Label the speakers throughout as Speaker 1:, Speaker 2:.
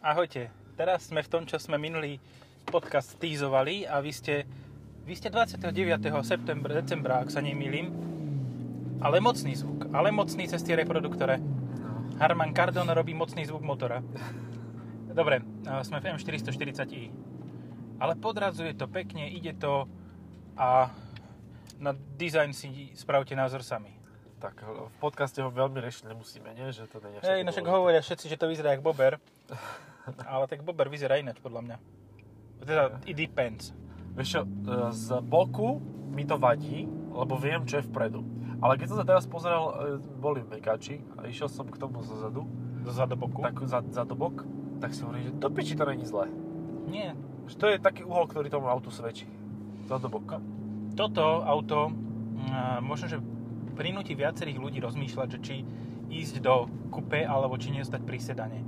Speaker 1: Ahojte, teraz sme v tom, čo sme minulý podcast týzovali a vy ste, vy ste 29. septembra, decembra, ak sa nemýlim, ale mocný zvuk, ale mocný cez tie reproduktore.
Speaker 2: No.
Speaker 1: Harman Kardon robí mocný zvuk motora. Dobre, a sme v M440i. Ale podradzuje to pekne, ide to a na dizajn si spravte názor sami.
Speaker 2: Tak eh, v podcaste ho veľmi riešiť nemusíme, nie? Že to nie je
Speaker 1: Hej, no však hovoria všetci, že to vyzerá jak bober. Ale tak bober vyzerá ináč, podľa mňa. Teda, it depends.
Speaker 2: Vieš čo, e, z boku mi to vadí, lebo viem, čo je vpredu. Ale keď som sa teraz pozeral, e, boli v Mekači a išiel som k tomu zo zadu,
Speaker 1: Zo zadu boku.
Speaker 2: tak za, za do bok, tak si hovorím, že do piči to není zle.
Speaker 1: Nie.
Speaker 2: Že to je taký uhol, ktorý tomu autu svedčí. Za do bok.
Speaker 1: Toto auto mm, možno, že prinúti viacerých ľudí rozmýšľať, že či ísť do kupé, alebo či neostať pri sedane.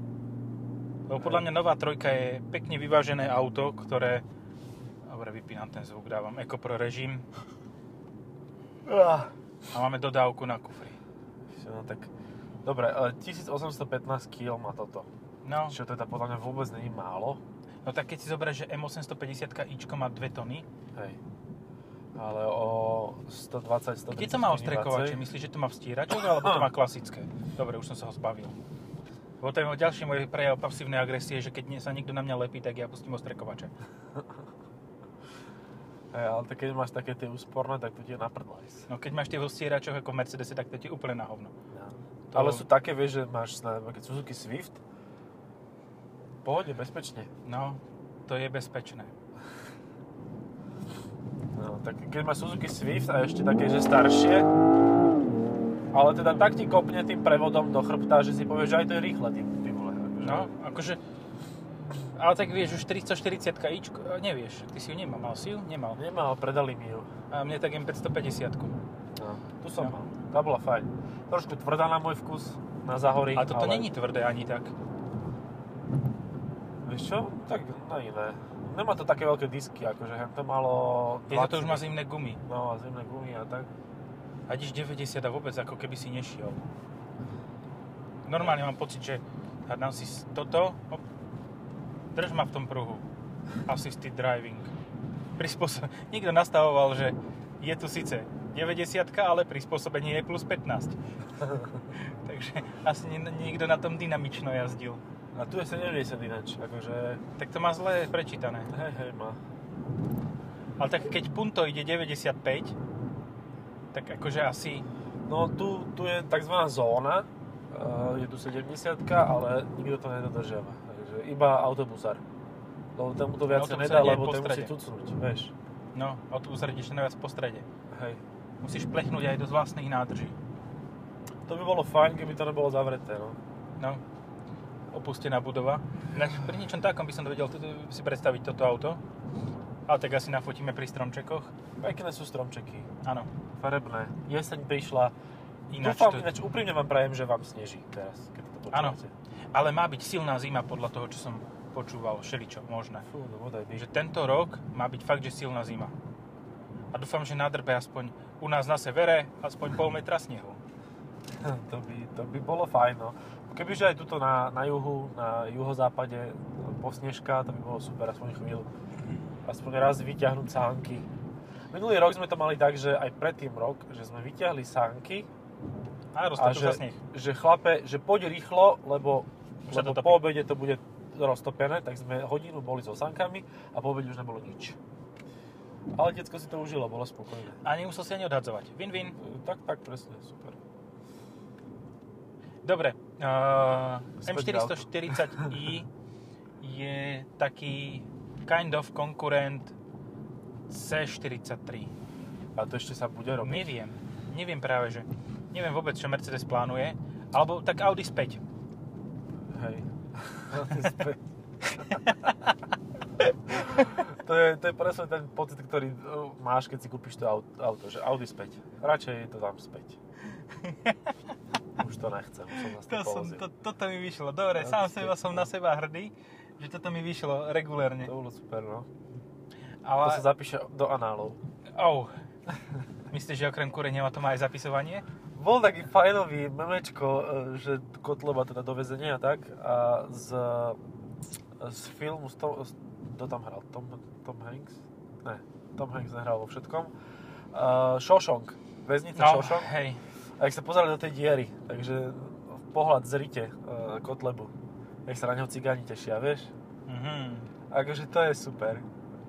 Speaker 1: Lebo podľa mňa nová trojka je pekne vyvážené auto, ktoré... Dobre, vypínam ten zvuk, dávam EcoPro režim
Speaker 2: Ah.
Speaker 1: a máme dodávku na kufri.
Speaker 2: No tak, dobre, e, 1815 kg má toto.
Speaker 1: No,
Speaker 2: Čo teda podľa mňa vôbec není málo.
Speaker 1: no tak keď si zoberieš, že M850 ičko má 2 tony,
Speaker 2: Hej. Ale o 120, 130
Speaker 1: Kde to má ostrekovače?
Speaker 2: viacej.
Speaker 1: Myslíš, že to má v stíračoch, alebo to má klasické? Dobre, už som sa ho zbavil. Lebo to je môj ďalší môj prejav pasívnej agresie, že keď nie- sa niekto na mňa lepí, tak ja pustím ostrekovače.
Speaker 2: Hej, ale tak keď máš také tie úsporné, tak to ti je na prdlajs.
Speaker 1: No keď máš tie vo stieračoch ako v Mercedese, tak to ti je úplne na hovno.
Speaker 2: To... Ale sú také, vieš, že máš na keď Suzuki Swift, pohode, bezpečne.
Speaker 1: No, to je bezpečné.
Speaker 2: No, tak keď máš Suzuki Swift a ešte také, že staršie, ale teda tak ti kopne tým prevodom do chrbta, že si povieš, že aj to je rýchle, ty, ty vole. akože.
Speaker 1: No, akože... Ale tak vieš, už 340 ičko, nevieš, ty si ju nemal, mal si ju? Nemal.
Speaker 2: Nemal, predali mi ju.
Speaker 1: A mne tak M550.
Speaker 2: No, tu som
Speaker 1: No.
Speaker 2: mal. Tá bola fajn. Trošku tvrdá na môj vkus, na zahory.
Speaker 1: A toto
Speaker 2: ale-
Speaker 1: není tvrdé ani tak.
Speaker 2: Vieš čo? Tak na iné. Nemá to také veľké disky, akože hen to malo...
Speaker 1: Je to, to
Speaker 2: 20
Speaker 1: už má zimné gumy.
Speaker 2: No a zimné gumy a tak.
Speaker 1: A ideš 90 a vôbec ako keby si nešiel. Normálne mám pocit, že hádam si s- toto, hop, drž ma v tom pruhu. Assisted driving. Prispôsob... Niekto nastavoval, že je tu síce 90 ale prispôsobenie je plus 15. Takže asi nie, niekto na tom dynamično jazdil.
Speaker 2: A tu je 70 ináč, akože...
Speaker 1: Tak to má zle prečítané.
Speaker 2: Hej, hej, má.
Speaker 1: Ale tak keď Punto ide 95, tak akože asi...
Speaker 2: No tu, tu je tzv. zóna, Eh, je tu 70 ale nikto to nedodržiava. Takže iba autobusár. Lebo tomu to viac
Speaker 1: Autobusár
Speaker 2: nedá,
Speaker 1: ide
Speaker 2: lebo
Speaker 1: po
Speaker 2: ten musí
Speaker 1: strede.
Speaker 2: cucnúť, vieš.
Speaker 1: No, a tu zredieš najviac po strede.
Speaker 2: Hej.
Speaker 1: Musíš plechnúť aj do vlastných nádrží.
Speaker 2: To by bolo fajn, keby to nebolo zavreté, no.
Speaker 1: No, opustená budova. Ináč, pri niečom takom by som vedel t- si predstaviť toto auto. Ale tak asi nafotíme pri stromčekoch.
Speaker 2: Pekné sú stromčeky,
Speaker 1: Áno,
Speaker 2: farebné. Jeseň prišla.
Speaker 1: ináč
Speaker 2: Dúfam,
Speaker 1: to...
Speaker 2: ináč úprimne vám prajem, že vám sneží teraz, keď to
Speaker 1: Áno.
Speaker 2: počúvate.
Speaker 1: Ale má byť silná zima podľa toho, čo som počúval, všeličo možné.
Speaker 2: Fú, no bodaj by.
Speaker 1: Že tento rok má byť fakt, že silná zima. A dúfam, že nadrbe aspoň u nás na severe aspoň pol metra snehu.
Speaker 2: To by, to by bolo fajn, no. Kebyže aj tuto na, na juhu, na juhozápade posnežka, to by bolo super, aspoň chvíľu. Aspoň raz vyťahnuť sánky. Minulý rok sme to mali tak, že aj predtým rok, že sme vyťahli sánky
Speaker 1: A
Speaker 2: a
Speaker 1: roztočil sa
Speaker 2: že,
Speaker 1: sneh.
Speaker 2: že chlape, že poď rýchlo, lebo,
Speaker 1: Už sa
Speaker 2: lebo
Speaker 1: to topí.
Speaker 2: po obede to bude roztopené, tak sme hodinu boli so sankami a po obede už nebolo nič. Ale detsko si to užilo, bolo spokojné.
Speaker 1: A nemusel si ani odhadzovať. Win-win.
Speaker 2: Tak, tak, presne, super.
Speaker 1: Dobre, uh,
Speaker 2: Späť k autu.
Speaker 1: M440i je taký kind of konkurent C43.
Speaker 2: A to ešte sa bude robiť.
Speaker 1: Neviem, neviem práve, že neviem vôbec, čo Mercedes plánuje. Alebo tak Audi späť.
Speaker 2: Hej. to, je, to je presne ten pocit, ktorý uh, máš, keď si kúpiš to aut- auto, že Audi späť. Radšej je to tam späť. Už to nechcem, už som na
Speaker 1: To som, to,
Speaker 2: to...
Speaker 1: toto mi vyšlo, dobre,
Speaker 2: Audi
Speaker 1: sám
Speaker 2: späť,
Speaker 1: seba som
Speaker 2: no.
Speaker 1: na seba hrdý, že toto mi vyšlo
Speaker 2: to
Speaker 1: regulérne.
Speaker 2: bolo super, no. To
Speaker 1: Ale,
Speaker 2: sa zapíše do análov.
Speaker 1: au, myslíš, že okrem kúrenia má to má aj zapisovanie?
Speaker 2: bol taký fajnový memečko, e, že Kotleba teda do väzenia a tak a z, e, z filmu, z to, z, kto tam hral? Tom, Tom Hanks? Ne, Tom Hanks nehral vo všetkom. Uh, Shawshank, väznica
Speaker 1: No,
Speaker 2: Shawshank.
Speaker 1: hej.
Speaker 2: A jak sa pozerali do tej diery, takže pohľad zrite uh, Kotlebu. Jak sa na neho cigáni tešia, vieš?
Speaker 1: Mhm.
Speaker 2: Akože to je super.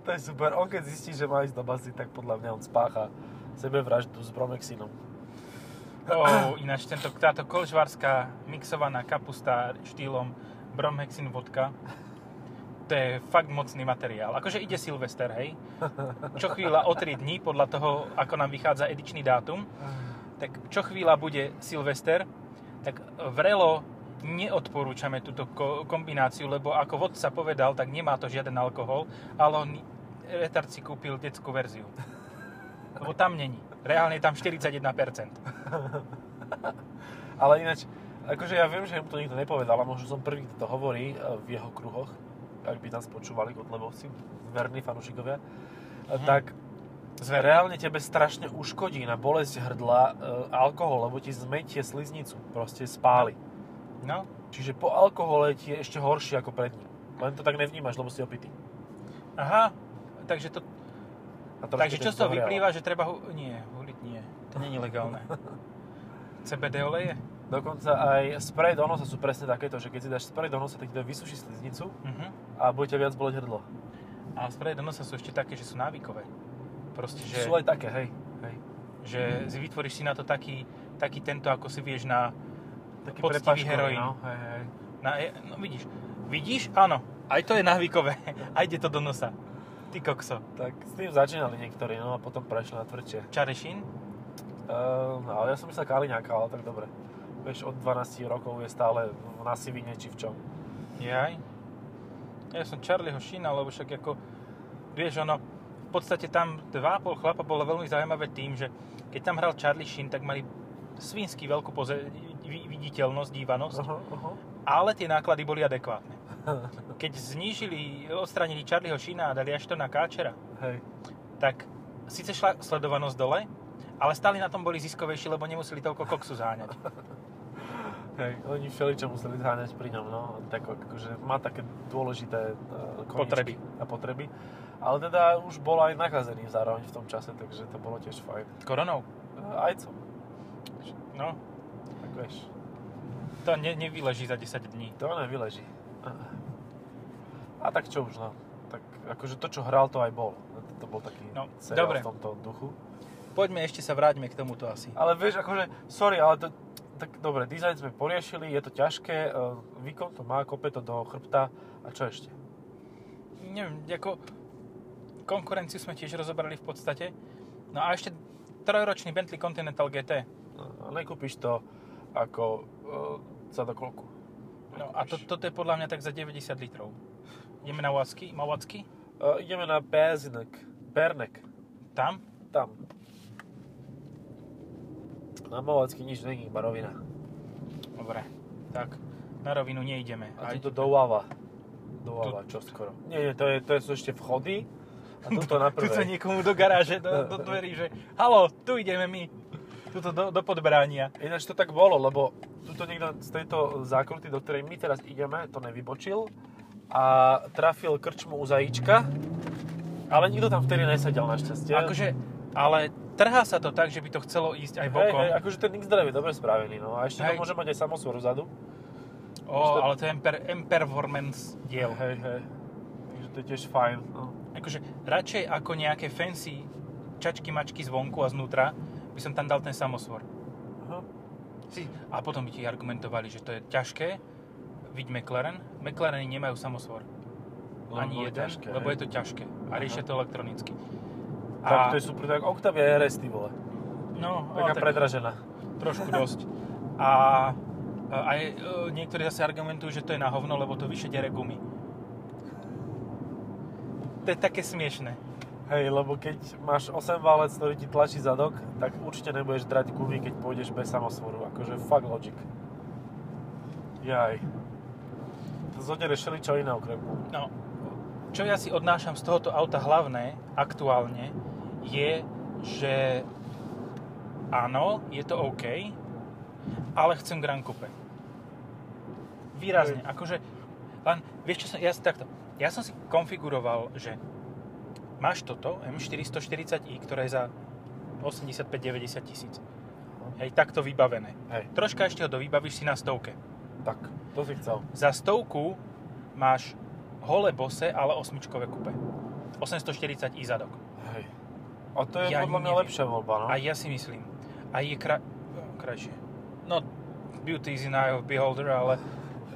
Speaker 2: To je super. On keď zistí, že má ísť do bazy, tak podľa mňa on spácha sebevraždu s bromexinom.
Speaker 1: Oh, ináč tento, táto kolžvárska mixovaná kapusta štýlom Bromhexin vodka, to je fakt mocný materiál. Akože ide Silvester, hej? Čo chvíľa o 3 dní, podľa toho, ako nám vychádza edičný dátum, tak čo chvíľa bude Silvester, tak vrelo neodporúčame túto ko- kombináciu, lebo ako vodca povedal, tak nemá to žiaden alkohol, ale on retard si kúpil detskú verziu. Lebo tam není. Reálne je tam 41%.
Speaker 2: Ale ináč, akože ja viem, že im to nikto nepovedal a možno som prvý, kto to hovorí e, v jeho kruhoch, ak by nás počúvali kotlebovci, verní fanúšikovia,
Speaker 1: Mhm.
Speaker 2: mm. tak reálne tebe strašne uškodí na bolesť hrdla e, alkohol, lebo ti zmetie sliznicu, proste spáli.
Speaker 1: No,
Speaker 2: Čiže po alkohole ti je ešte horšie ako pred ním. Len to tak nevnímaš, lebo si opitý.
Speaker 1: aha, takže to,
Speaker 2: A trošku
Speaker 1: takže
Speaker 2: ťa
Speaker 1: čo z toho
Speaker 2: zohrieva.
Speaker 1: vyplýva, že treba, hu- nie, huliť nie, to není legálne. CBD oleje?
Speaker 2: Dokonca aj spray do nosa sú presne takéto, že keď si dáš spray do nosa, tak ti to vysuší sliznicu
Speaker 1: Mhm.
Speaker 2: a bude ťa viac boleť hrdlo.
Speaker 1: A spreje do nosa sú ešte také, že sú návykové. Proste, že,
Speaker 2: Sú aj také, hej. hej.
Speaker 1: že si vytvoríš si na to taký, taký tento, ako si vieš na,
Speaker 2: Taký
Speaker 1: Poctivý
Speaker 2: prepážkový,
Speaker 1: heroín.
Speaker 2: No, hej, hej.
Speaker 1: na e- no vidíš, vidíš, áno, aj to je návykové, a ide to do nosa. Ty kokso.
Speaker 2: Tak s tým začínali niektorí, no a potom prešli na tvrdšie.
Speaker 1: Čarešín?
Speaker 2: Uh, no, ale ja som myslel Kaliňáka, ale tak dobre. Vieš, od 12 rokov je stále v- na Sivine či v čom.
Speaker 1: Jaj. Ja som Charlieho Sheena, lebo však ako, vieš, ono, v podstate tam dva a pol chlapa bolo veľmi zaujímavé tým, že keď tam hral Charlie Sheen, tak mali svinsky veľkú poze- vi- viditeľnosť, dívanosť,
Speaker 2: Aha, aha.
Speaker 1: ale tie náklady boli adekvátne. Keď znížili, odstranili Charlieho Sheena a dali až to na Káčera,
Speaker 2: Hej.
Speaker 1: tak síce šla sledovanosť dole, ale stále na tom boli ziskovejší, lebo nemuseli toľko koksu záňať.
Speaker 2: Hej, oni všeličo museli zháňať pri ňom, no, tak akože má také dôležité uh,
Speaker 1: Potreby.
Speaker 2: a potreby. Ale teda už bol aj nakazený zároveň v tom čase, takže to bolo tiež fajn.
Speaker 1: Koronou?
Speaker 2: Uh, aj co,
Speaker 1: No,
Speaker 2: tak vieš,
Speaker 1: to ne- nevyleží za 10 dní.
Speaker 2: to nevyleží. A tak čo už, no. Tak akože to, čo hral, to aj bol. To, to bol taký
Speaker 1: No,
Speaker 2: seriál
Speaker 1: dobre.
Speaker 2: v tomto duchu.
Speaker 1: Poďme ešte sa vráťme k tomuto asi.
Speaker 2: Ale vieš, akože, sorry, ale to, tak dobre, dizajn sme poriešili, je to ťažké, e, výkon to má, kope to do chrbta a čo ešte?
Speaker 1: neviem, ako konkurenciu sme tiež rozobrali v podstate. No a ešte trojročný Bentley Continental GT.
Speaker 2: No, nekúpiš to ako e, za dokoľku.
Speaker 1: No a to, toto je podľa mňa tak za 90 litrov. Ideme na Wacky, Mawacky,
Speaker 2: E, ideme na Pézinek, Pernek,
Speaker 1: tam.
Speaker 2: tam. Na Malacky nič není, iba rovina.
Speaker 1: Dobre, tak na rovinu neideme.
Speaker 2: A
Speaker 1: Aj-
Speaker 2: tuto do Uava. Do Uava, čo skoro. Nie, nie, to, je, to sú ešte vchody. A tuto na
Speaker 1: tu sa
Speaker 2: prvé.
Speaker 1: niekomu do garáže, do, do dverí, že halo, tu ideme my. Tuto do, do podbránia.
Speaker 2: Ináč to tak bolo, lebo tuto niekto z tejto zákruty, do ktorej my teraz ideme, to nevybočil a trafil krčmu u zajíčka, ale nikto tam vtedy nesedel našťastie.
Speaker 1: Akože, ale trhá sa to tak, že by to chcelo ísť aj
Speaker 2: Hej,
Speaker 1: bokom.
Speaker 2: hej, akože ten x je dobre spravený, no a ešte
Speaker 1: Hej.
Speaker 2: to môže mať aj samosvor vzadu.
Speaker 1: Ó, ale to je emper, emperformance diel.
Speaker 2: Hej, hej. Takže to je tiež fajn, no.
Speaker 1: akože radšej ako nejaké fancy čačky mačky zvonku a znútra, by som tam dal ten samosvor.
Speaker 2: Aha.
Speaker 1: Si, a potom by ti argumentovali, že to je ťažké, vidť McLaren. McLareny nemajú samosvor.
Speaker 2: Lebo
Speaker 1: Ani
Speaker 2: boli
Speaker 1: jeden,
Speaker 2: ťažké,
Speaker 1: lebo
Speaker 2: hej.
Speaker 1: je to ťažké. A
Speaker 2: Aha.
Speaker 1: riešia to elektronicky.
Speaker 2: Tak to je super, tak Octavia RS, ty vole.
Speaker 1: no, ale
Speaker 2: Taká
Speaker 1: tak
Speaker 2: predražená.
Speaker 1: trošku dosť. A a aj e, niektorí zase argumentujú, že to je na hovno, lebo to vyššie dere gumy. To je také smiešné.
Speaker 2: Hej, lebo keď máš 8 válec, ktorý ti tlačí zadok, tak určite nebudeš drať gumy, keď pôjdeš bez samosvoru. Akože fuck logic. Jaj. To zodereš šeličo iné okrem gumy.
Speaker 1: No, čo ja si odnášam z tohoto auta hlavné aktuálne je, že áno, je to OK, ale chcem Grand Coupe. Výrazne, akože, len, vieš čo som, ja si- takto, ja som si konfiguroval, že máš toto, M440i, ktoré je za 85-90 tisíc. Hej, takto vybavené.
Speaker 2: Hej,
Speaker 1: Troška ešte ho dovybavíš si na stovke.
Speaker 2: tak, to si chcel.
Speaker 1: Za stovku máš hole bose, ale osmičkové kupe. 840i zadok.
Speaker 2: Hej. A to je
Speaker 1: Ja
Speaker 2: podľa mňa
Speaker 1: neviem.
Speaker 2: lepšia voľba, no.
Speaker 1: A ja si myslím. A je kra... krajšie. No, beauty is in eye of beholder, ale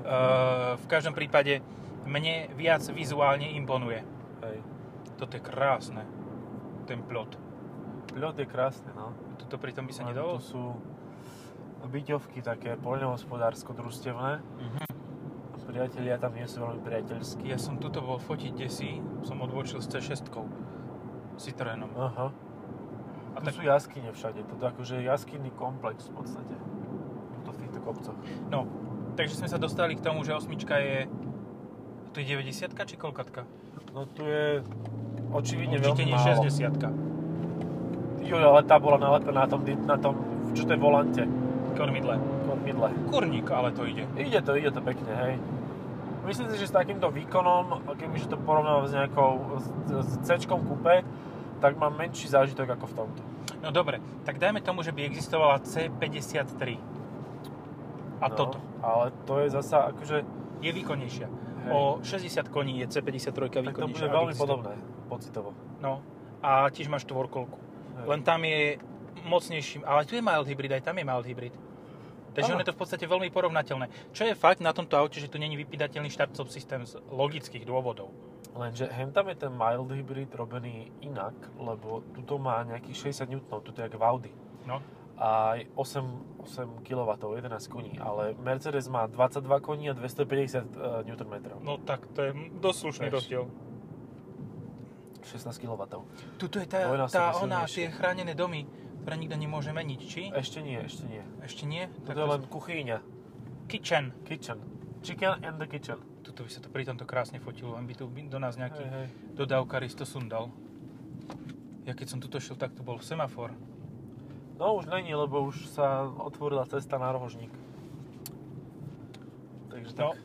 Speaker 1: uh, v každom prípade mne viac vizuálne imponuje.
Speaker 2: Hej.
Speaker 1: Toto je krásne, ten plot.
Speaker 2: Ľod je krásny, no.
Speaker 1: Toto pritom by sa
Speaker 2: Len
Speaker 1: nedalo?
Speaker 2: To sú byťovky také poľnohospodársko-družstevné. Priatelia tam nie sú veľmi priateľskí.
Speaker 1: Ja som tuto bol fotiť desi, som odbočil s C6 Citroenom.
Speaker 2: Aha.
Speaker 1: A
Speaker 2: A tu
Speaker 1: tak-
Speaker 2: sú jaskyne všade, to je akože jaskinný komplex v podstate. Tuto v týchto kopcoch.
Speaker 1: No, takže sme sa dostali k tomu, že osmička je... To je 90 či koľkatka?
Speaker 2: No tu je očividne
Speaker 1: Určite
Speaker 2: veľmi
Speaker 1: nie
Speaker 2: málo.
Speaker 1: 60
Speaker 2: Jo, ale tá bola nalepená na tom, na tom čo to je volante,
Speaker 1: Kormidle.
Speaker 2: kormidle.
Speaker 1: Kurník, ale to ide.
Speaker 2: Ide to, ide to pekne, hej. Myslím si, že s takýmto výkonom, kebyže to porovnám s nejakou, s, s C-čkom kupe, tak mám menší zážitok ako v tomto.
Speaker 1: No dobre, tak dajme tomu, že by existovala C53. A
Speaker 2: no,
Speaker 1: toto.
Speaker 2: Ale to je zasa akože...
Speaker 1: Je výkonnejšia.
Speaker 2: Hej,
Speaker 1: O 60 koní je C53
Speaker 2: tak to bude
Speaker 1: výkonnejšia. ak
Speaker 2: veľmi
Speaker 1: existuje.
Speaker 2: podobné, pocitovo.
Speaker 1: No. A tiež máš štvorkolku.
Speaker 2: Hej.
Speaker 1: Len tam je mocnejší, ale tu je mild hybrid, aj tam je mild hybrid. Takže
Speaker 2: Áno.
Speaker 1: ono je to v podstate veľmi porovnateľné. Čo je fakt na tomto aute, že tu není vypídateľný štartcov systém z logických dôvodov.
Speaker 2: Lenže hen tam je ten mild hybrid robený inak, lebo tuto má nejakých 60 N, tuto je jak v Audi.
Speaker 1: No.
Speaker 2: A aj 8, 8 kW, 11 koní, ale Mercedes má 22 koní a e, 250 Nm,
Speaker 1: No tak to je dosť slušný
Speaker 2: Vieš.
Speaker 1: rozdiel.
Speaker 2: 16 kW.
Speaker 1: Tuto je tá,
Speaker 2: Dvojnásobne
Speaker 1: tá ona,
Speaker 2: silnejšie.
Speaker 1: tie chránené domy, ktoré nikto nemôže meniť, či?
Speaker 2: Ešte nie, ešte nie.
Speaker 1: Ešte nie?
Speaker 2: Toto je len kuchyňa.
Speaker 1: Kitchen.
Speaker 2: Kitchen. Chicken and the kitchen.
Speaker 1: Tuto by sa to pri tomto krásne fotilo, len by tu by do nás nejaký
Speaker 2: Hej, hej.
Speaker 1: dodávkarist to sundal. Ja keď som tuto šiel, tak tu bol semafor.
Speaker 2: No už není, lebo už sa otvorila cesta na rohožník. Takže
Speaker 1: No,
Speaker 2: tak.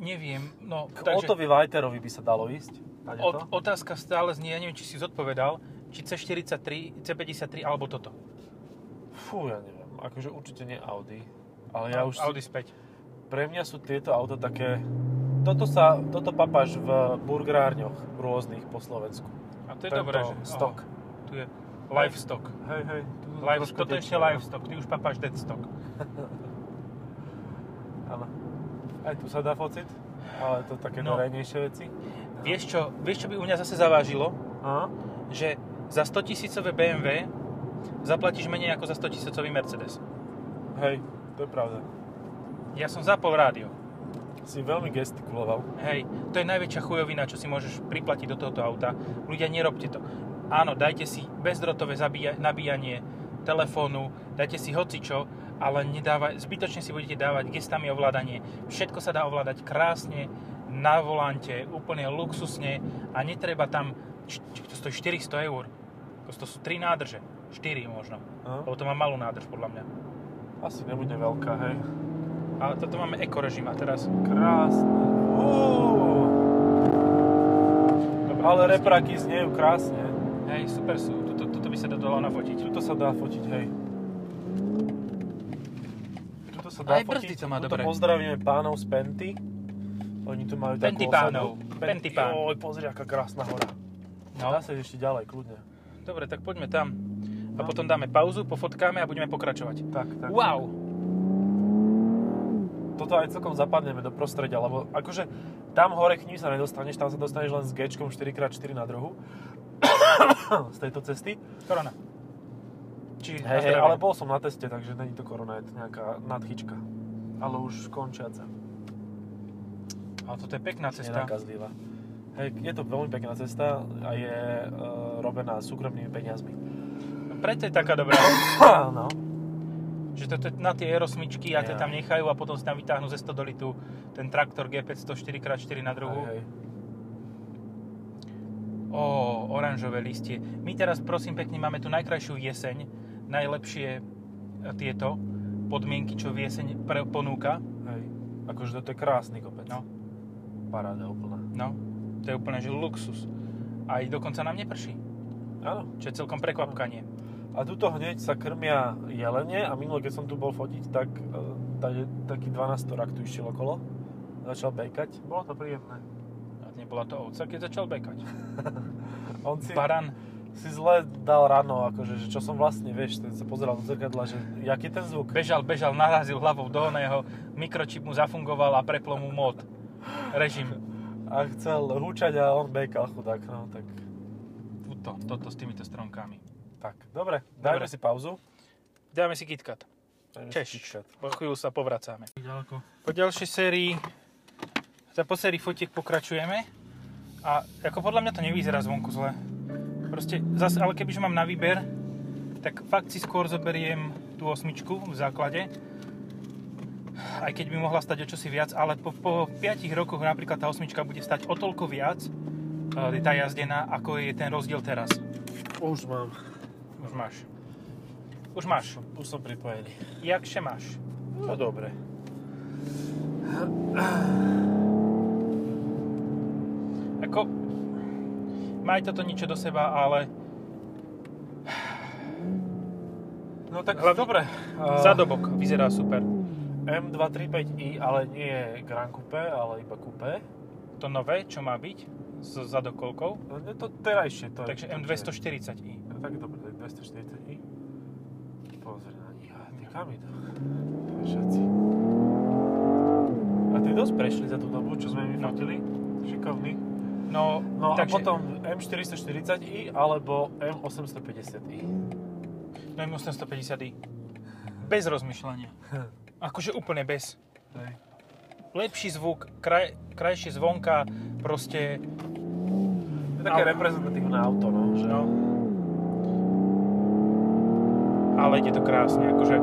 Speaker 1: neviem, no,
Speaker 2: K Takže... Otovi Vajterovi by sa dalo ísť. Tady
Speaker 1: Ot,
Speaker 2: to?
Speaker 1: otázka stále znie, ja neviem, či si zodpovedal, či C43, C53 alebo toto.
Speaker 2: Fú, ja neviem. Akože určite nie Audi. Ale ja už...
Speaker 1: No, Audi
Speaker 2: Audi. Si,
Speaker 1: späť.
Speaker 2: pre mňa sú tieto auta také... Toto, sa, toto papáš v burgerárňoch rôznych po Slovensku.
Speaker 1: A to je dobré, že...
Speaker 2: Stok.
Speaker 1: Oh, tu je livestock.
Speaker 2: Hej, hej.
Speaker 1: Live, toto je ešte
Speaker 2: no.
Speaker 1: livestock, ty už papáš deadstock.
Speaker 2: Áno. Aj tu sa dá fociť, ale to také
Speaker 1: No.
Speaker 2: no. norejnejšie veci.
Speaker 1: Vieš čo, vieš, čo by u mňa zase zavážilo?
Speaker 2: Aha.
Speaker 1: Že za 100 tisícové BMW zaplatíš menej ako za 100 tisícový Mercedes.
Speaker 2: Hej, to je pravda.
Speaker 1: Ja som zapol rádio.
Speaker 2: Si veľmi gestikuloval.
Speaker 1: Hej, to je najväčšia chujovina, čo si môžeš priplatiť do tohoto auta. Ľudia, nerobte to. Áno, dajte si bezdrotové zabíja- nabíjanie telefónu, dajte si hocičo, ale nedávaj, zbytočne si budete dávať gestami ovládanie. Všetko sa dá ovládať krásne, na volante, úplne luxusne a netreba tam, č- č- to stojí 400 eur. To sú 3 nádrže, 4 možno,
Speaker 2: Aha.
Speaker 1: lebo to má malú nádrž podľa mňa.
Speaker 2: Asi nebude veľká, hej.
Speaker 1: A toto máme ekorežim a teraz...
Speaker 2: Krásne. Uú.
Speaker 1: Dobre,
Speaker 2: Ale
Speaker 1: proste-
Speaker 2: repraky znejú krásne.
Speaker 1: Hej, super sú, toto, toto by sa dalo nafotiť.
Speaker 2: Tuto sa dá fotiť, hej. Tuto sa dá
Speaker 1: Aj brzdy
Speaker 2: fotiť.
Speaker 1: to má
Speaker 2: Tuto
Speaker 1: dobre.
Speaker 2: pozdravíme pánov z Penty. Oni tu majú takú
Speaker 1: Penty
Speaker 2: osadu.
Speaker 1: pánov. Penty pán.
Speaker 2: Joj, pozri, aká krásna hora.
Speaker 1: No.
Speaker 2: Dá sa ísť ešte ďalej, kľudne.
Speaker 1: Dobre, tak poďme tam. A
Speaker 2: No.
Speaker 1: potom dáme pauzu, pofotkáme a budeme pokračovať.
Speaker 2: Tak, tak.
Speaker 1: Wow!
Speaker 2: Toto aj celkom zapadneme do prostredia, lebo akože tam hore k ním sa nedostaneš, tam sa dostaneš len s G 4x4 na druhu z tejto cesty.
Speaker 1: Korona. Či na
Speaker 2: Hej, hej,
Speaker 1: zdravie.
Speaker 2: ale bol som na teste, takže není to korona, je to nejaká nadchyčka. Ale už končiaca.
Speaker 1: ale toto je pekná cesta.
Speaker 2: Nenakazlivá. Hej, je to veľmi pekná cesta a je e, robená súkromnými peniazmi.
Speaker 1: Preto je taká dobrá,
Speaker 2: no.
Speaker 1: že toto je na tie erosmičky a tie
Speaker 2: Ja.
Speaker 1: tam nechajú a potom si tam vytáhnú ze 100 litu ten traktor G500 4x4 na druhu.
Speaker 2: Hej, hej.
Speaker 1: Ó, oranžové listie. My teraz prosím pekne máme tu najkrajšiu jeseň, najlepšie e, tieto podmienky, čo vieseň pre, ponúka.
Speaker 2: Hej. Akože toto je krásny kopec.
Speaker 1: No.
Speaker 2: Paráda úplná.
Speaker 1: No, to je úplne že luxus. Aj dokonca nám neprší,
Speaker 2: Áno.
Speaker 1: čo je celkom prekvapkanie.
Speaker 2: A tuto hneď sa krmia jelene a minule, keď som tu bol fotiť, tak e, tady, taký 12 rak tu išiel okolo. Začal bekať. Bolo to príjemné.
Speaker 1: A nebola to ovca, keď začal bekať.
Speaker 2: On si,
Speaker 1: Baran.
Speaker 2: si zle dal ráno, akože, že čo som vlastne, vieš, ten sa pozeral do zrkadla, že jaký ten zvuk.
Speaker 1: Bežal, bežal, narazil hlavou do oného, mikročip mu zafungoval a preplo mu mod. Režim.
Speaker 2: A chcel húčať a on bekal chudák, no tak.
Speaker 1: Tuto, toto s týmito stromkami.
Speaker 2: Tak, dobre, dajme
Speaker 1: Dobre.
Speaker 2: si pauzu.
Speaker 1: Dáme si KitKat.
Speaker 2: Dajme si
Speaker 1: Češ.
Speaker 2: KitKat.
Speaker 1: Po chvíľu sa povracáme. Po ďalšej sérii, za po sérii fotiek pokračujeme. A ako podľa mňa to nevyzerá zvonku zle. Proste, zase, ale kebyže mám na výber, tak fakt si skôr zoberiem tú osmičku v základe. Aj keď by mohla stať o čosi viac, ale po, po 5 rokoch napríklad tá osmička bude stať o toľko viac, e, tá jazdená, ako je ten rozdiel teraz.
Speaker 2: Už mám.
Speaker 1: Už máš. Už máš.
Speaker 2: Už som pripojený.
Speaker 1: Jakže máš.
Speaker 2: No dobre.
Speaker 1: Ako, maj toto niečo do seba, ale
Speaker 2: No tak
Speaker 1: Hlavne-
Speaker 2: dobre. eh, A-
Speaker 1: Zadobok vyzerá super.
Speaker 2: M235i, ale nie Grand Coupe, ale iba Coupe.
Speaker 1: To nové, čo má byť s zadokolkou,
Speaker 2: No nie, to terajšie to je.
Speaker 1: takže
Speaker 2: to je-
Speaker 1: M240i.
Speaker 2: No Tak dobre, tak 240i. Pozri na nich. A ty kam je to? Šaci. A ty dosť prešli za tú dobu, čo sme my
Speaker 1: No.
Speaker 2: fotili. Šikovný.
Speaker 1: No,
Speaker 2: No
Speaker 1: takže,
Speaker 2: a potom M440i alebo M850i.
Speaker 1: No M850i. Bez rozmýšľania. Akože úplne bez.
Speaker 2: Hej.
Speaker 1: Lepší zvuk, kraj, krajšie zvonka, proste...
Speaker 2: To je také
Speaker 1: Ale-
Speaker 2: reprezentatívne auto, no. Že...
Speaker 1: No. Ale ide to krásne, akože...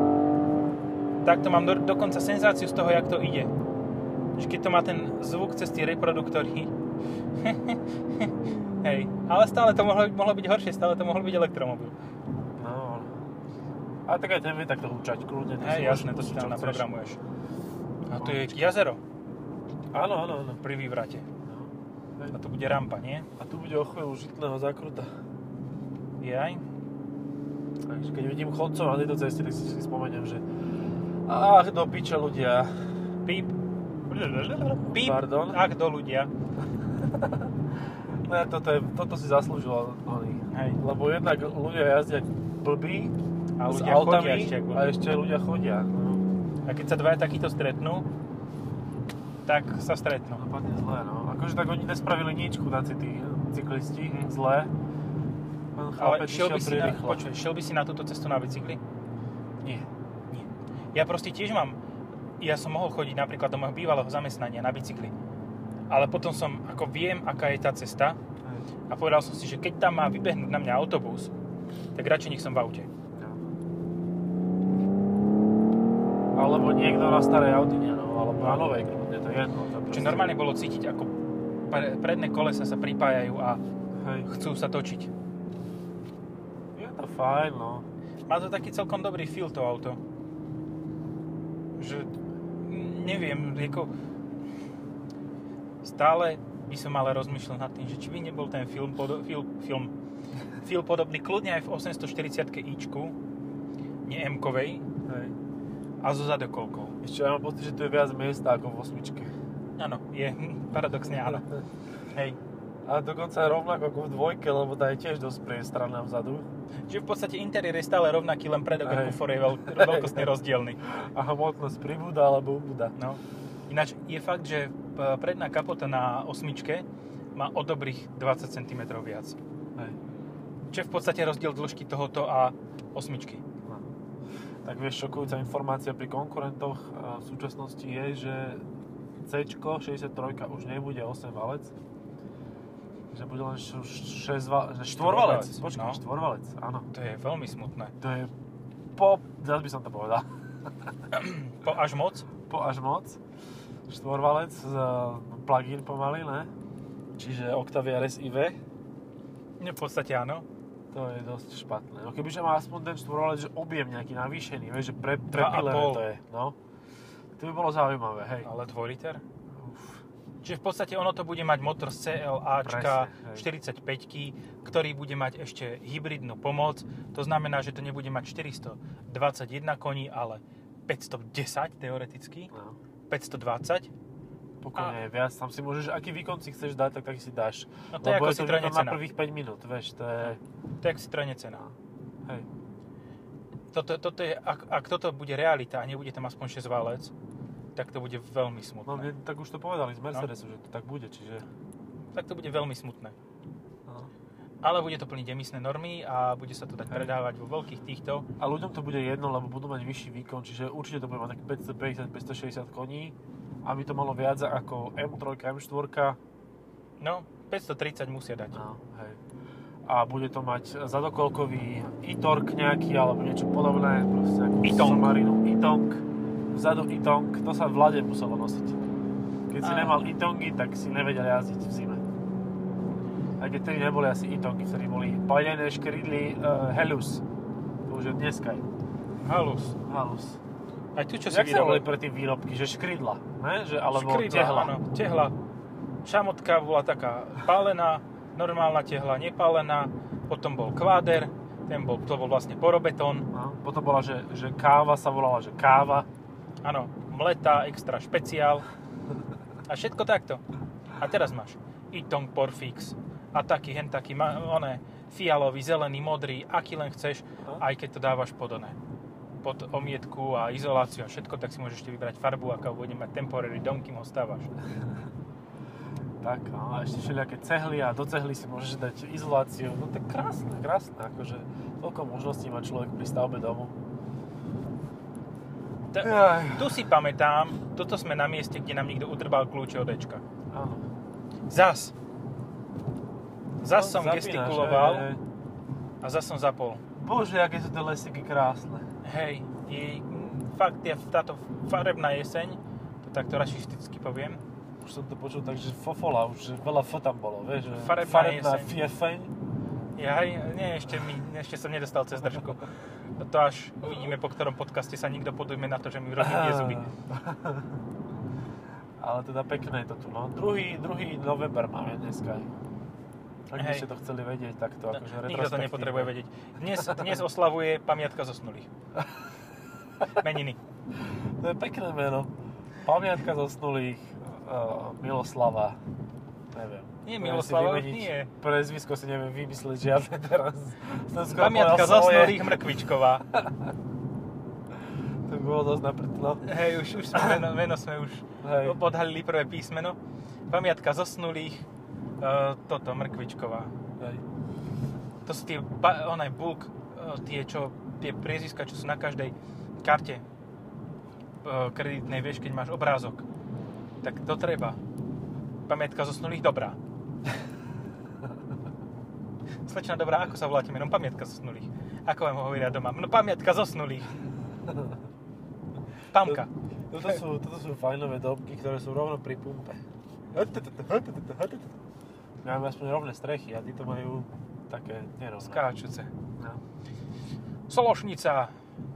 Speaker 1: Takto mám do, dokonca senzáciu z toho, jak to ide. Že keď to má ten zvuk cez tie reproduktory. Hej, ale stále to mohlo, mohlo byť horšie, stále to mohol byť elektromobil.
Speaker 2: no. A tak aj ten vie takto húčať kľudne. ty si
Speaker 1: Hej,
Speaker 2: môžeš
Speaker 1: jasné, to si
Speaker 2: pustiť,
Speaker 1: tam
Speaker 2: čo chceš.
Speaker 1: naprogramuješ. A tu je jazero
Speaker 2: Áno, áno, áno.
Speaker 1: pri vývrate.
Speaker 2: No.
Speaker 1: A tu bude rampa, nie?
Speaker 2: A tu bude o chvíľu žitného zákruta.
Speaker 1: Jaj.
Speaker 2: Takže keď vidím chodcov na tejto ceste, tak si si spomeniem, že ach, do piče ľudia.
Speaker 1: Píp. Píp.
Speaker 2: Pardon.
Speaker 1: Ach, do ľudia.
Speaker 2: Ne, No, toto, je, toto si zaslúžilo oni.
Speaker 1: Hej.
Speaker 2: Lebo jednak ľudia jazdia blbí
Speaker 1: A
Speaker 2: s
Speaker 1: ľudia
Speaker 2: autami
Speaker 1: chodia ešte ako...
Speaker 2: a ešte ľudia chodia. No,
Speaker 1: A keď sa dvaja takíto stretnú, tak sa
Speaker 2: to
Speaker 1: stretnú.
Speaker 2: dopadne zle, no. Akože tak oni nespravili nič, chudáci tí cyklisti,
Speaker 1: Mhm.
Speaker 2: zle. Pán
Speaker 1: Ale
Speaker 2: chlapec
Speaker 1: šiel by, si
Speaker 2: išiel
Speaker 1: na,
Speaker 2: prirýchlo.
Speaker 1: počuj, šiel by si na túto cestu na bicykli?
Speaker 2: Nie.
Speaker 1: Ja proste tiež mám, ja som mohol chodiť napríklad do môjho bývalého zamestnania na bicykli. Ale potom som, ako viem, aká je tá cesta
Speaker 2: Hej.
Speaker 1: a povedal som si, že keď tam má vybehnúť na mňa autobus, tak radšej nech som v aute.
Speaker 2: No. Alebo niekto na starej autine, no, alebo na novej kľudne, to je jedno. To proste-
Speaker 1: Čo normálne bolo cítiť, ako pre, predné kolesa sa pripájajú a
Speaker 2: Hej.
Speaker 1: chcú sa točiť.
Speaker 2: Je to fajn, no.
Speaker 1: Má to taký celkom dobrý feel to auto. Že mm, neviem, ako stále by som ale rozmýšľal nad tým, že či by nebol ten film, podo, film, film, film podobný kľudne aj v 840 ičku, nie m
Speaker 2: Hej.
Speaker 1: a so zadokolkou.
Speaker 2: Ešte ja mám pocit, že tu je viac miesta ako v osmičke.
Speaker 1: Áno, je paradoxne áno. Hej.
Speaker 2: A dokonca aj rovnako ako v dvojke, lebo tá je tiež dosť priestranná vzadu.
Speaker 1: Čiže v podstate interiér je stále rovnaký, len predok a
Speaker 2: Hej.
Speaker 1: kufor je veľk, veľkostne rozdielny.
Speaker 2: A hmotnosť pribúda alebo ubúda.
Speaker 1: No. Ináč je fakt, že p- predná kapota na osmičke má o dobrých 20 cm viac.
Speaker 2: Hej.
Speaker 1: Čo je v podstate rozdiel dĺžky tohoto a osmičky.
Speaker 2: Tak vieš, šokujúca informácia pri konkurentoch eh, v súčasnosti je, že C 63 už nebude 8 valec, že bude len 6 valec, štvorvalec,
Speaker 1: Štvorvalec,
Speaker 2: počkaj,
Speaker 1: no.
Speaker 2: štvorvalec, áno.
Speaker 1: To je veľmi smutné.
Speaker 2: To je po, zase by som to povedal,
Speaker 1: Po až moc,
Speaker 2: po až moc. Štvorvalec, eh, plug-in pomaly, ne? Čiže Octavia RSIV, No,
Speaker 1: ne, v podstate áno.
Speaker 2: To je dosť špatné. No kebyže má aspoň ten štvorvalec, že objem nejaký navýšený, vieš, že pre,
Speaker 1: Dva a
Speaker 2: prepilené
Speaker 1: pol. No.
Speaker 2: to je. No. To by bolo zaujímavé, hej.
Speaker 1: Ale dvojliter?
Speaker 2: Uf.
Speaker 1: Čiže v podstate ono to bude mať motor z CLAčka
Speaker 2: Presne, hej.
Speaker 1: 45 ktorý bude mať ešte hybridnú pomoc. To znamená, že to nebude mať 421 koní, ale 510 teoreticky,
Speaker 2: No.
Speaker 1: 520.
Speaker 2: Pokojne, viac. Tam si môžeš, aký výkon si chceš dať, tak taký si dáš.
Speaker 1: No to je ako
Speaker 2: je
Speaker 1: si
Speaker 2: to
Speaker 1: trojne
Speaker 2: výkon na
Speaker 1: cena.
Speaker 2: prvých 5 minút, vieš, to je...
Speaker 1: To je ako si trojne
Speaker 2: No.
Speaker 1: cena.
Speaker 2: Hej.
Speaker 1: Toto, toto je, ak, ak toto bude realita a nebude tam aspoň 6 válec, tak to bude veľmi smutné.
Speaker 2: No mne tak už to povedali z Mercedesu, že to tak bude, čiže...
Speaker 1: Tak to bude veľmi smutné.
Speaker 2: No.
Speaker 1: Ale bude to plniť emisné normy a bude sa to dať
Speaker 2: Hej.
Speaker 1: predávať vo veľkých týchto.
Speaker 2: A ľuďom to bude jedno, lebo budú mať vyšší výkon, čiže určite to bude mať tak 550-560 koní, aby to malo viac ako M3, M4,
Speaker 1: No, 530 musia dať.
Speaker 2: no, hej. A bude to mať zadokolkový e-tork nejaký, alebo niečo podobné, proste ako
Speaker 1: E-tong.
Speaker 2: Submarinu, e-tong, vzadu e-tong, to sa v lade muselo nosiť. Keď si
Speaker 1: A-
Speaker 2: nemal e-tongy, tak si nevedel jazdiť v zime. Aj keď tedy neboli asi e-tongy, vtedy boli palené škrydly uh, Helus. To už je dneska.
Speaker 1: Halus.
Speaker 2: Halus.
Speaker 1: Aj tu, čo si
Speaker 2: Jak sa volali
Speaker 1: vyrobil.
Speaker 2: predtým výrobky, že škrydla, ne? Že, alebo
Speaker 1: Škrydla,
Speaker 2: tehla.
Speaker 1: áno, tehla. Šamotka bola taká pálená, normálna tehla nepálená, potom bol kváder, ten bol, to bol vlastne porobetón,
Speaker 2: No, potom bola, že, že káva sa volala, že káva.
Speaker 1: áno, mleta, extra špeciál a všetko takto. A teraz máš Itong Porfix a taký, hen taký, ma- oné, fialový, zelený, modrý, aký len chceš,
Speaker 2: A?
Speaker 1: aj keď to dávaš pod oné pod omietku a izoláciu a všetko, tak si môžeš ešte vybrať farbu, aká bude mať temporary dom, kým ho stávaš.
Speaker 2: Tak, no, a ešte všelijaké cehly a do cehly si môžeš dať izoláciu. No tak krásne, krásne, akože toľko možností má človek pri stavbe domu.
Speaker 1: Ta-
Speaker 2: Jaj,
Speaker 1: Tu si pamätám, toto sme na mieste, kde nám niekto udrbal kľúče od Ečka.
Speaker 2: áno.
Speaker 1: Zas. Zas
Speaker 2: No,
Speaker 1: som
Speaker 2: zapínaš, hej,
Speaker 1: gestikuloval
Speaker 2: hej.
Speaker 1: a zas som zapol.
Speaker 2: Bože, aké sú tie lesiky krásne.
Speaker 1: Hej, je, mm, fakt je táto farebná jeseň, to takto rašisticky poviem,
Speaker 2: Už som to počul tak, že fofola, už že veľa fo tam bolo, vieš. že
Speaker 1: Farebná
Speaker 2: Farebná
Speaker 1: jeseň.
Speaker 2: fiefeň.
Speaker 1: Ja aj, nie, ešte, mi, ešte som nedostal cez držku. No To až uvidíme, po ktorom podcaste sa nikto podujme na to, že mi robí tie zuby.
Speaker 2: Ale teda pekné je to tu, no. Druhý, druhý november máme dneska. Ak by
Speaker 1: Hej. No,
Speaker 2: ste to chceli vedieť, tak to akože
Speaker 1: Nikto to
Speaker 2: retrospektívne.
Speaker 1: nepotrebuje vedieť. Dnes, dnes oslavuje pamiatka zosnulých. Meniny.
Speaker 2: To je pekné meno. Pamiatka zosnulých uh, Miloslava. Neviem.
Speaker 1: Nie,
Speaker 2: Neviem
Speaker 1: Miloslava
Speaker 2: si
Speaker 1: už
Speaker 2: vymeniť.
Speaker 1: nie.
Speaker 2: Prezvisko si neviem vymyslieť žiadne teraz. Som skoro
Speaker 1: Pamiatka
Speaker 2: povedal svoje.
Speaker 1: zosnulých Mrkvičková.
Speaker 2: To by bolo dosť naprtlo.
Speaker 1: Hej, už, už sme meno, meno sme už
Speaker 2: Hej.
Speaker 1: odhalili prvé písmeno. Pamiatka zosnulých, e, toto, Mrkvičková.
Speaker 2: Hej.
Speaker 1: To sú tie, ba, onaj bulk, e, tie čo, tie priezviska, čo sú na každej karte e, kreditnej, vieš, keď máš obrázok. Tak to treba. Pamiatka zosnulých dobrá. Slečna dobrá, ako sa voláte menom? Pamiatka zosnulých. Ako vám hovoria doma? No pamiatka zosnulých. Pamka.
Speaker 2: Toto sú, toto sú fajnové dobky, ktoré sú rovno pri pumpe. Máme aspoň rovné strechy a títo majú také nerovné.
Speaker 1: Skáčuce.
Speaker 2: No.
Speaker 1: Sološnica.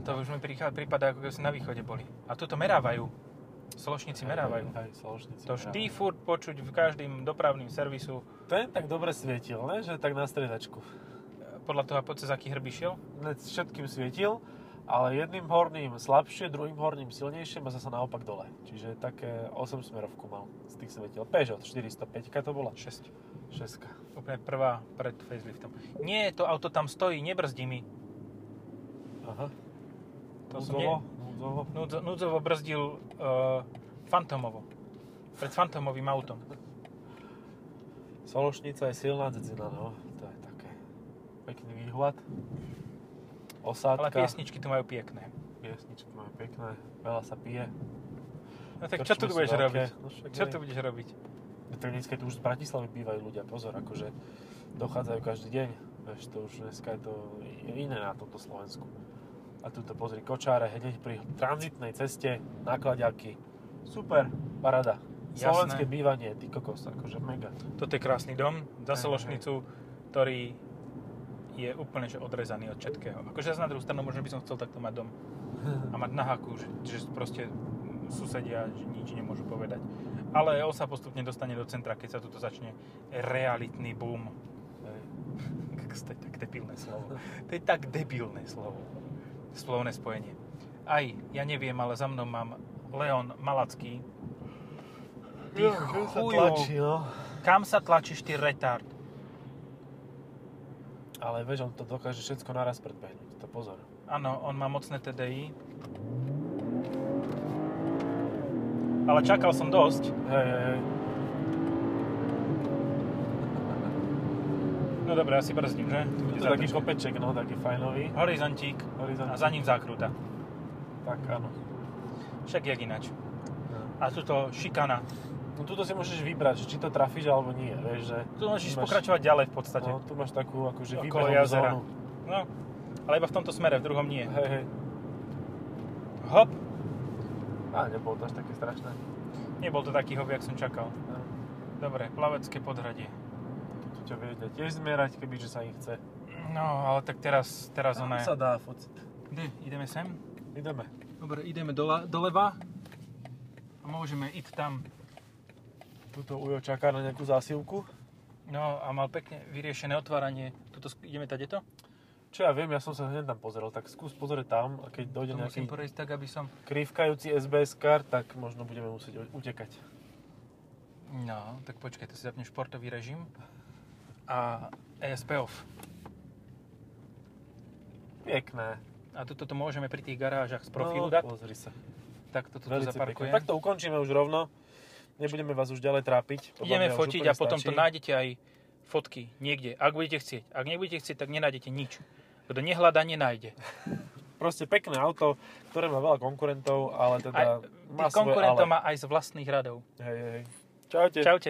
Speaker 1: To už mi prichá- prípada, ako keby sme na východe boli. A tuto merávajú. Sološníci merávajú.
Speaker 2: Aj, soložníci
Speaker 1: To
Speaker 2: merávajú.
Speaker 1: vždy furt počuť v každým dopravným servisu. e,
Speaker 2: Ten tak dobre svietil, ne? že tak na stredačku.
Speaker 1: Podľa toho, po- cez aký hrby šiel.
Speaker 2: Ne, Všetkým svietil, ale jedným horným slabšie, druhým horným silnejšie a zase naopak dole. Čiže také 8 smerovku mal z tých svietil. Peugeot 405 to bola.
Speaker 1: 6.
Speaker 2: 6.
Speaker 1: Úplne prvá pred faceliftom. Nie, to auto tam stojí, nebrzdí mi.
Speaker 2: Aha.
Speaker 1: To som
Speaker 2: Núdzovo, núdzovo.
Speaker 1: Núdzo, núdzovo brzdil uh, Fantomovo. Pred Fantomovým autom.
Speaker 2: Sološnica je silná dzina, no. To je také. Pekný výhľad. Osádka.
Speaker 1: Ale piesničky tu majú pekné.
Speaker 2: Piesničky majú pekné. Veľa sa pije.
Speaker 1: No tak čo tu
Speaker 2: Krčmy sú
Speaker 1: budeš
Speaker 2: veľké.
Speaker 1: robiť?
Speaker 2: No však
Speaker 1: Čo
Speaker 2: hej.
Speaker 1: tu budeš robiť?
Speaker 2: Tak dneska tu už z Bratislavy bývajú ľudia, pozor, akože dochádzajú každý deň. Vieš, to už dneska je to iné na tomto Slovensku. A tu to pozri, kočáre hneď pri tranzitnej ceste, nákladiaky. Super, parada.
Speaker 1: Jasné.
Speaker 2: Slovenské bývanie, ty kokos, akože mega.
Speaker 1: Toto je krásny dom za
Speaker 2: Hej,
Speaker 1: Sološnicu, ktorý je úplne že odrezaný od všetkého. Akože zase na druhú stranu možno by som chcel takto mať dom a mať na haku, že, že proste susedia že nič nemôžu povedať. Ale on sa postupne dostane do centra, keď sa tu začne realitný boom.
Speaker 2: Hej.
Speaker 1: Tak to je tak debilné slovo. To je tak debilné slovo. Slovné spojenie. Aj, ja neviem, ale za mnou mám Leon Malacký. Ty
Speaker 2: Jo, čo sa
Speaker 1: chujo.
Speaker 2: tlačí, no.
Speaker 1: Kam sa tlačíš ty retard?
Speaker 2: Ale vieš, on to dokáže všetko naraz predbehnúť. To pozor.
Speaker 1: Áno, on má mocné TDI. Ale čakal som dosť.
Speaker 2: Hej, hej, hej.
Speaker 1: No dobre, asi brzdím, že? Tu
Speaker 2: Je
Speaker 1: bude
Speaker 2: to taký
Speaker 1: zatočka.
Speaker 2: kopeček, no, taký fajnový.
Speaker 1: Horizontík
Speaker 2: Horizont.
Speaker 1: a za ním zákruta.
Speaker 2: Tak, áno.
Speaker 1: Však jak ináč. A tuto šikana.
Speaker 2: No tuto si môžeš vybrať, že či to trafíš alebo nie, vieš, že...
Speaker 1: Tu môžeš
Speaker 2: máš-
Speaker 1: pokračovať ďalej v podstate.
Speaker 2: No, tu máš takú akože
Speaker 1: Okolo
Speaker 2: výbehovú
Speaker 1: jazera.
Speaker 2: zónu.
Speaker 1: No, ale iba v tomto smere, v druhom nie.
Speaker 2: Hej, hej.
Speaker 1: Hop,
Speaker 2: Á, nebolo to až také strašné.
Speaker 1: nebol to taký hop, jak som čakal.
Speaker 2: No.
Speaker 1: Dobre, plavecké podhradie.
Speaker 2: Tu ťa vedia tiež zmerať, kebyže sa im chce.
Speaker 1: No, ale tak teraz, teraz
Speaker 2: Tam
Speaker 1: ona je.
Speaker 2: sa dá fociť.
Speaker 1: Kde? Ideme sem?
Speaker 2: Ideme.
Speaker 1: Dobre, ideme dole, doleva. A môžeme ísť tam.
Speaker 2: Tuto Ujo čaká na nejakú zásivku.
Speaker 1: No a mal pekne vyriešené otváranie. Tuto sk- ideme tadeto?
Speaker 2: Čo ja viem, ja som sa hneď tam pozrel, tak skús pozrieť tam a keď dojde
Speaker 1: To
Speaker 2: nejaký
Speaker 1: musím prejsť tak, aby som...
Speaker 2: krivkajúci SBS kar, tak možno budeme musieť u- utekať.
Speaker 1: No, tak počkaj, to si zapnem športový režim. A ESP off.
Speaker 2: Pekné.
Speaker 1: A tuto to môžeme pri tých garážach z profilu
Speaker 2: no,
Speaker 1: dať.
Speaker 2: pozri sa.
Speaker 1: Tak toto tu
Speaker 2: Veľmi
Speaker 1: zaparkujem.
Speaker 2: pekné. Tak to ukončíme už rovno. Nebudeme vás už ďalej trápiť. Podľa
Speaker 1: Ideme
Speaker 2: mňa už
Speaker 1: fotiť
Speaker 2: úplne
Speaker 1: a potom to
Speaker 2: stačí.
Speaker 1: nájdete aj fotky niekde, ak budete chcieť. Ak nebudete chcieť, tak nenájdete nič. Kto nehľadá, nenájde.
Speaker 2: Proste pekné auto, ktoré má veľa konkurentov, ale teda
Speaker 1: Aj, tých
Speaker 2: má svoje ale.
Speaker 1: konkurentov má aj z vlastných radov.
Speaker 2: Hej, hej. Čaute.
Speaker 1: Čaute.